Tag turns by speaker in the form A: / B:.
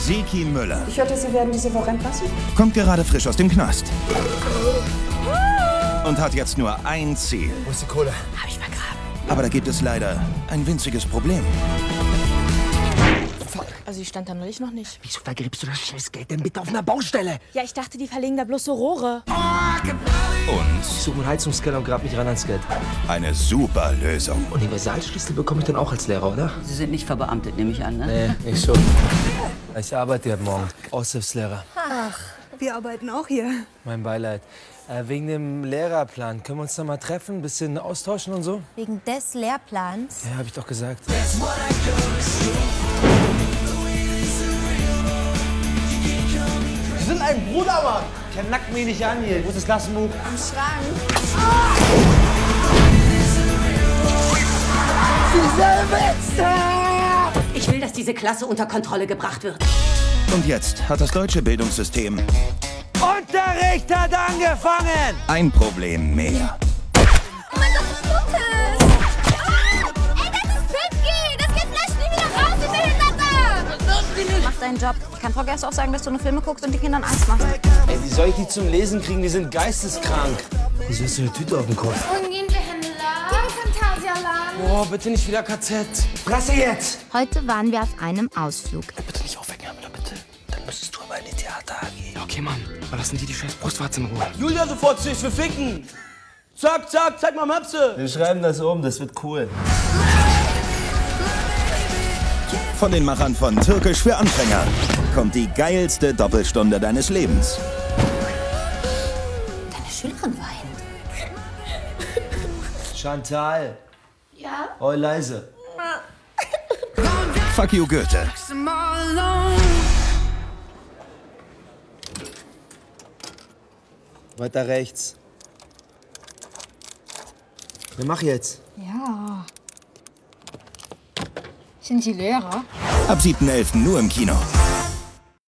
A: Seki Müller
B: Ich hörte, Sie werden diese Woche entlassen.
A: kommt gerade frisch aus dem Knast. Und hat jetzt nur ein Ziel.
C: Wo ist die Kohle?
A: Aber da gibt es leider ein winziges Problem.
D: Also ich stand da neulich noch nicht.
C: Wieso vergräbst du das Scheißgeld denn bitte auf einer Baustelle?
D: Ja, ich dachte, die verlegen da bloß so Rohre.
A: Und
C: Ich suche einen Heizungskeller und grab mich ran ans Geld.
A: eine super Lösung.
C: Universalschlüssel bekomme ich dann auch als Lehrer, oder?
E: Sie sind nicht verbeamtet, nehme ich an, ne?
C: Nee, nicht schon. Ich arbeite ab morgen. Aushilfslehrer.
F: Wir arbeiten auch hier.
C: Mein Beileid. Äh, wegen dem Lehrerplan. Können wir uns da mal treffen, ein bisschen austauschen und so?
G: Wegen des Lehrplans.
C: Ja, hab ich doch gesagt.
H: Sie sind ein Brudermann. Der nackt mich nicht an hier. Wo ist das Klassenbuch?
E: Ich will, dass diese Klasse unter Kontrolle gebracht wird.
A: Und jetzt hat das deutsche Bildungssystem
C: Unterricht hat angefangen!
A: ein Problem mehr.
G: Oh mein Gott, das blutet! Ah! Ey, das ist Pinky! Das geht Flash nie wieder raus, die Behinderte! Mach deinen Job. Ich kann Frau Gerst auch sagen, dass du nur Filme guckst und den Kindern Angst machst.
C: Ey, wie soll ich die zum Lesen kriegen? Die sind geisteskrank. Wieso hast du eine Tüte auf dem Kopf? Boah, bitte nicht wieder KZ. Presse jetzt!
I: Heute waren wir auf einem Ausflug.
C: Bitte nicht aufwecken, Herr Müller, bitte. Dann müsstest du mal in die Theater AG.
J: Okay, Mann, aber lassen die die scheiß Brustwarze in Ruhe.
H: Julia sofort zu, ich will ficken. Zack, zack, zeig mal Möpse.
C: Wir schreiben das um, das wird cool.
A: Von den Machern von Türkisch für Anfänger kommt die geilste Doppelstunde deines Lebens.
E: Deine Schülerin weint.
C: Chantal. Ja? Oh, leise.
A: Fuck you Goethe.
C: Weiter rechts. Wir mach jetzt.
I: Ja. Sind Sie Lehrer?
A: Ab 7.11. nur im Kino.